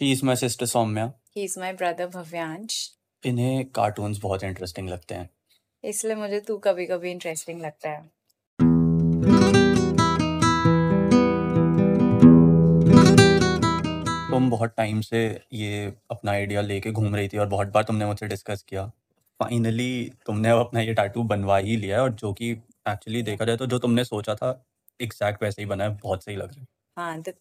He is my sister Saumya he is my brother Bhavyansh इन्हें cartoons बहुत interesting लगते हैं इसलिए मुझे तू कभी कभी इंटरेस्टिंग लगता है तुम बहुत टाइम से ये अपना आइडिया लेके घूम रही थी और बहुत बार तुमने मुझसे डिस्कस किया फाइनली तुमने अब अपना ये टैटू बनवा ही लिया है और जो कि एक्चुअली देखा जाए तो जो तुमने सोचा था एग्जैक्ट वैसे ही बना है बहुत सही लग रहा है हाँ तो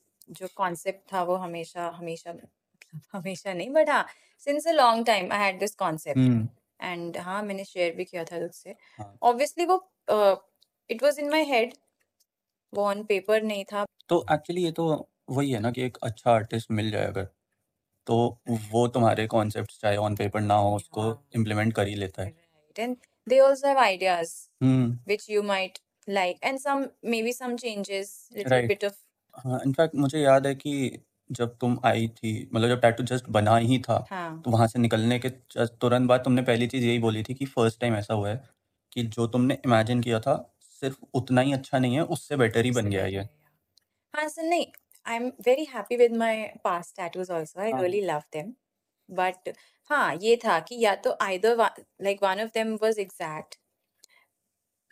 जो कॉन्सेप्ट था वो हमेशा हमेशा मतलब हमेशा नहीं बट हाँ since a long time I had this concept hmm and हाँ मैंने शेयर भी किया था तुझसे हाँ। ऑब्वियसली वो it was in my head वो ऑन पेपर नहीं था तो एक्चुअली ये तो वही है ना कि एक अच्छा आर्टिस्ट मिल जाए अगर तो वो तुम्हारे कॉन्सेप्ट चाहे ऑन पेपर ना हो उसको हाँ इम्प्लीमेंट कर ही लेता है right and they also have ideas hmm which you might like and some maybe some changes little right bit of हाँ इनफैक्ट मुझे याद है कि जब तुम आई थी मतलब जब टैटू जस्ट बना ही था हाँ तो वहां से निकलने के just तुरंत बाद तुमने पहली चीज यही बोली थी कि फर्स्ट टाइम ऐसा हुआ है कि जो तुमने इमेजिन किया था सिर्फ उतना ही अच्छा नहीं है उससे बेटर ही उससे बन गया better ये है हाँ so नहीं I am very happy with my past tattoos also I हाँ रियली लव देम बट हाँ ये था कि या तो either like one of them was exact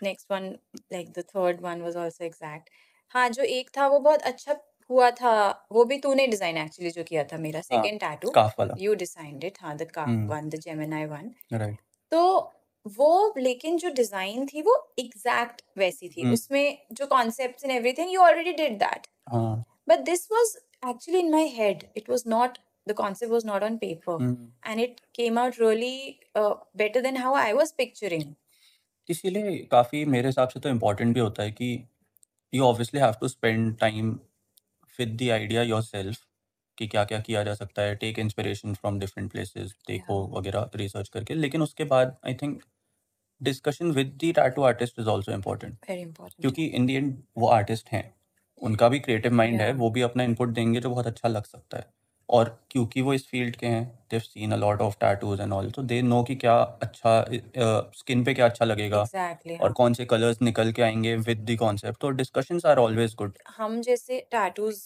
next one like the third one was also exact हाँ जो एक था वो बहुत अच्छा हुआ था वो भी तूने डिजाइन एक्चुअली जो किया था मेरा हाँ सेकंड टैटू स्काफ वाला यू डिजाइंड इट हाँ the calf hmm one the Gemini one right तो वो लेकिन जो डिजाइन थी वो एग्जैक्ट वैसी थी हम्म उसमें जो concepts and everything you already did that हाँ but this was actually in my head it was not the concept was not on paper hmm and it came out really better than how I was picturing इसीलिए काफी मेरे हिसाब से तो important भी होता है कि you obviously have to spend time with the idea yourself कि क्या क्या किया जा सकता है take inspiration from different places देखो वगैरह रिसर्च करके लेकिन उसके बाद I think discussion with the tattoo artist is also important very important क्योंकि इन द एंड वो आर्टिस्ट हैं उनका भी क्रिएटिव माइंड या है वो भी अपना इनपुट देंगे जो बहुत अच्छा लग सकता है और क्योंकि वो इस फील्ड के हैं they've seen a lot of tattoos and all तो दे नो कि क्या अच्छा स्किन पे क्या अच्छा लगेगा एग्जैक्टली और हाँ कौन से कलर्स निकल के आएंगे विद द कॉन्सेप्ट तो डिस्कशंस आर ऑलवेज गुड हम जैसे tattoos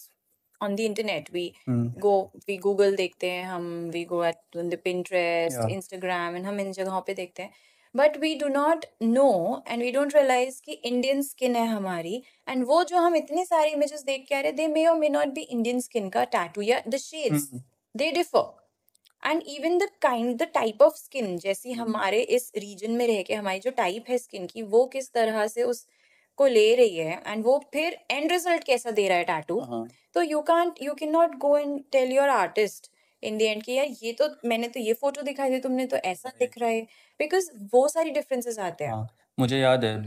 on the internet we Hmm. Go we Google देखते हैं हम we go at the Pinterest या इंस्टाग्राम एंड हम इन जगहों पे देखते हैं but we do not know and we don't realise कि इंडियन स्किन है हमारी एंड वो जो हम इतने सारे इमेजेस देख के आ रहे दे मे और may not be Indian skin का टैटू या the shades hmm they differ and even the kind the type of skin जैसी हम्म, हमारे इस रीजन में रह के हमारी जो टाइप है स्किन की वो किस तरह से उस को ले रही है एंड वो फिर एंड रिजल्ट कैसा दे रहा है टैटू हाँ तो you can't you can not go and tell your artist in the end कि यार ये तो मैंने तो ये फोटो दिखाई थी तुमने तो ऐसा right. दिख रहा है बिकॉज वो सारी डिफरेंसेस आते हैं हाँ मुझे याद है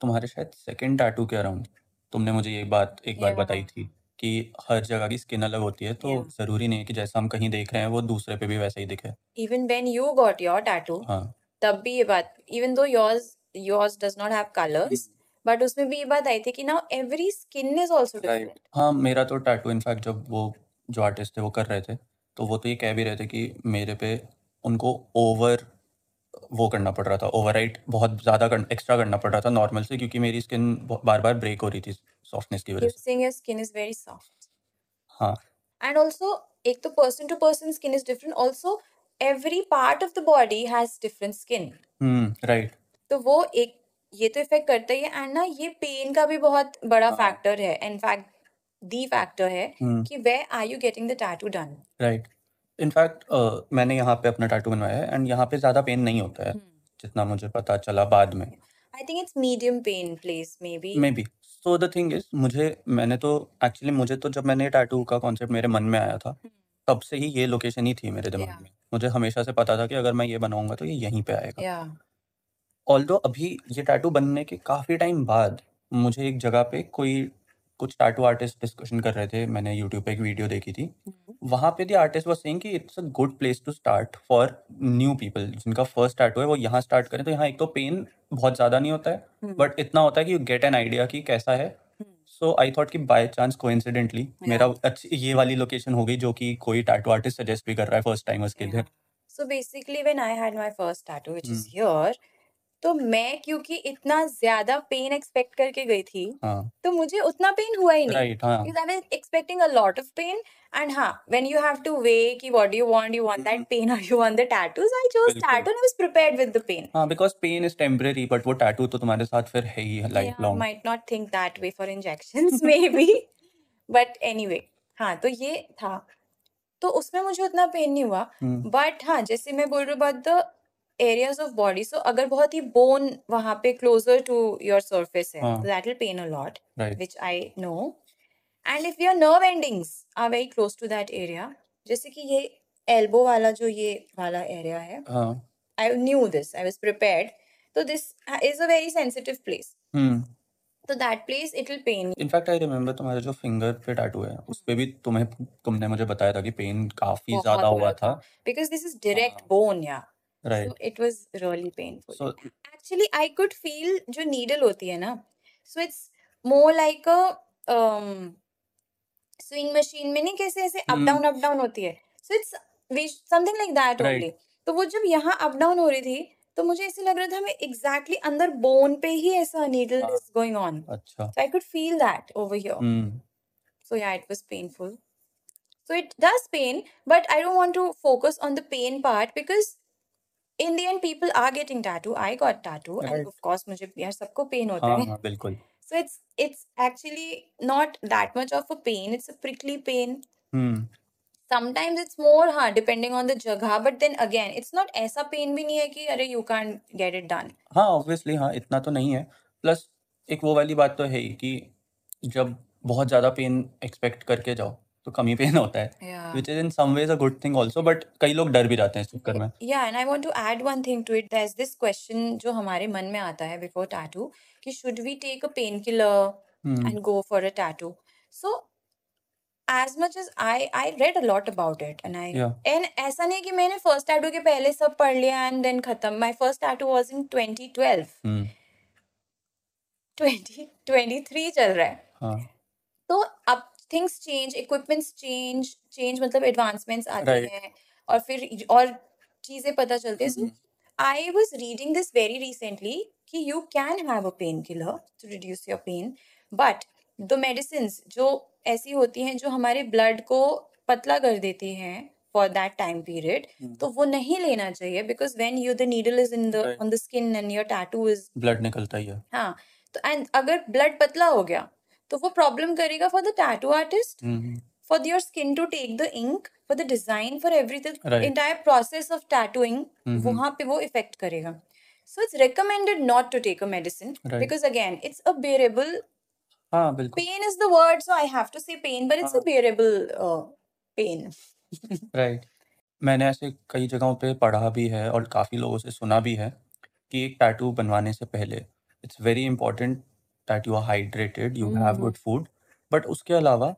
तुम्हारे शायद सेकंड टैटू के अराउंड तुमने मुझे ये बात एक बार या बताई थी कि हर जगह की स्किन अलग होती है तो या जरूरी नहीं है कि जैसा हम कहीं देख रहे हैं वो दूसरे पे भी वैसा ही दिखे even when you got your tattoo हाँ तब भी ये बात even though yours yours does not have colors हम्म, बट उसमें भी ये बात आई थी कि now every skin is also right different हाँ मेरा तो टैटू इनफैक्ट जब वो जो आर्टिस्ट थे वो कर रहे थे तो वो तो ये कह भी रहे थे कि मेरे पे उनको ओवर वो करना पड़ रहा था ओवरराइट बहुत ज़्यादा कर, एक्स्ट्रा करना पड़ रहा था नॉर्मल से क्योंकि मेरी स्किन बार बार ब्रेक हो रही थी सॉफ्टनेस की वजह you're से saying your skin is very soft हाँ and also एक तो person to person skin is different also every part of the body has different skin hmm right तो वो एक ये तो इफेक्ट करता ही है एंड ना ये पेन का भी बहुत बड़ा हाँ फैक्टर है इनफैक्ट दी फैक्टर है हम्म कि way are you getting the tattoo done right in fact मैंने यहाँ पे अपना टैटू बनवाया है एंड यहाँ पे ज़्यादा पेन नहीं होता है हम्म। जितना मुझे पता चला बाद में I think it's medium pain place maybe maybe so the thing is मुझे मैंने तो एक्चुअली मुझे तो जब मैंने टैटू का कॉन्सेप्ट मेरे मन में आया था तब से ही ये लोकेशन ही थी मेरे या दिमाग में मुझे हमेशा से पता था कि अगर मैं ये बनाऊंगा तो ये यहीं पे आएगा या ऑल्दो अभी ये टैटू बनने के काफ़ी टाइम बाद मुझे एक जगह पे कोई कुछ टैटू आर्टिस्ट डिस्कशन कर रहे थे मैंने यूट्यूब पे एक वीडियो देखी थी वहाँ पे दी आर्टिस्ट वाज सेइंग कि it's a good place to start for new people जिनका फर्स्ट टैटू है वो यहाँ स्टार्ट करें तो यहाँ एक तो पेन बहुत ज़्यादा नहीं होता है बट इतना होता है कि यू गेट एन आइडिया कि कैसा है सो आई थॉट कि बाय चांस कोइंसिडेंटली या मेरा अच्छी ये वाली लोकेशन हो गई जो कि कोई टैटू आर्टिस्ट सजेस्ट भी कर रहा है फर्स्ट टाइमर्स के Yeah. लिए So basically, when I had my first tattoo, which is hmm here, तो मैं क्योंकि इतना ज्यादा पेन एक्सपेक्ट करके गई थी हाँ तो मुझे उतना पेन हुआ ही नहीं राइट हाँ because I was expecting a lot of pain. And हाँ, when you have to weigh कि what do you want? You want that hmm, pain or you want the tattoos? I chose बिल्कुल tattoo and I was prepared with the pain. हाँ because pain is temporary but वो tattoo तो तुम्हारे साथ फिर है ही life Yeah, long might not think that way for injections maybe. But anyway, हाँ तो ये था तो उसमें मुझे उतना पेन नहीं हुआ हम्म बट हाँ जैसे मैं बोल रही हूँ about the areas of body so अगर बहुत ही bone वहाँ पे closer to your surface है हाँ that will pain a lot right which I know and if your nerve endings are very close to that area जैसे कि ये elbow वाला जो ये वाला एरिया है हाँ I knew this I was prepared तो this is a very sensitive place hmm तो that place it will pain in fact I remember तुम्हारा जो फिंगर पे टैटू है उस पे भी तुम्हें तुमने मुझे बताया था कि पेन काफी ज्यादा बहुत हो हुआ रहा था था बिकॉज दिस इज डायरेक्ट हाँ बोन या so right it was really painful so actually I could feel जो नीडल होती है ना so it's more like a sewing machine um, में नहीं कैसे ऐसे up hmm down up down होती है so it's something like that only right तो वो जब यहाँ अप डाउन हो रही थी तो मुझे ऐसे लग रहा था मैं एग्जैक्टली अंदर बोन पे ही ऐसा नीडल हाँ इज गोइंग ऑन अच्छा so I could feel that over here hmm so या it was painful so it does pain but I don't want to focus on the pain part because in the end people are getting tattoo i got tattoo and right of course मुझे यार सबको pain होता हाँ है हाँ बिल्कुल so it's it's actually not that much of a pain it's a prickly pain hmm sometimes it's more hard depending on the जगह but then again it's not ऐसा pain भी नहीं है कि अरे you can't get it done हाँ obviously हाँ इतना तो नहीं है प्लस एक वो वाली बात तो है ही कि जब बहुत ज़्यादा पेन एक्सपेक्ट करके जाओ तो कम ही पेन होता है yeah which is in some ways a good thing also but कई लोग डर भी जाते हैं इस चक्कर Right. में Yeah, and I want to add one thing to it. There's this question जो हमारे मन में आता है before tattoo कि should we take a painkiller hmm and go for a tattoo? So as much as I I read a lot about it and I या and ऐसा नहीं कि मैंने first tattoo के पहले सब पढ़ लिया and then खत्म. My first tattoo was in 2012. हम्म 2023 चल रहा है. हाँ तो अब things change equipments change change मतलब एडवांसमेंट्स आते राइट हैं और फिर और चीज़ें पता चलती है so hmm I was reading this very recently कि you can have a pain killer to reduce your pain but the medicine जो ऐसी होती हैं जो हमारे ब्लड को पतला कर देती हैं फॉर दैट टाइम पीरियड तो हम्म वो नहीं लेना चाहिए because when you the needle is in the right on the skin and your tattoo is blood निकलता ही है हाँ तो एंड अगर ब्लड पतला हो गया तो वो प्रॉब्लम करेगा for the tattoo artist hmm for your skin to take the ink for the design for everything right entire process of tattooing हम्म वहां पे वो इफेक्ट करेगा so it's recommended not to take a medicine right because again it's a bearable हाँ बिल्कुल pain is the word so I have to say pain but it's a हाँ bearable pain right मैंने ऐसे कई जगहों पे पढ़ा भी है और काफ़ी लोगों से सुना भी है कि एक टैटू बनवाने से पहले it's very important that you are hydrated you have hmm good food but उसके अलावा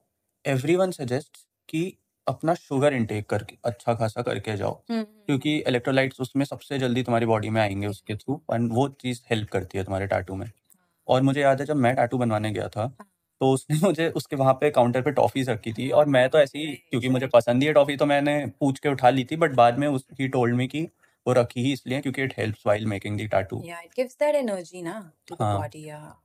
एवरीवन सजेस्ट कि अपना शुगर इनटेक करके अच्छा खासा करके जाओ क्योंकि इलेक्ट्रोलाइट्स उसमें सबसे जल्दी तुम्हारी बॉडी में आएंगे उसके थ्रू एंड वो चीज़ हेल्प करती है तुम्हारे टैटू में और मुझे याद है जब मैं टैटू बनवाने गया था तो उसने मुझे उसके वहां पे काउंटर पे टॉफीज रखी थी और मैं तो ऐसे ही क्योंकि मुझे पसंद ही है टॉफी तो मैंने पूछ के उठा ली थी बट बाद में उस ही टोल्ड मी कि वो रखी ही इसलिए क्योंकि it helps while making the tattoo या इट गिव्स दैट एनर्जी ना टू द हाँ बॉडी या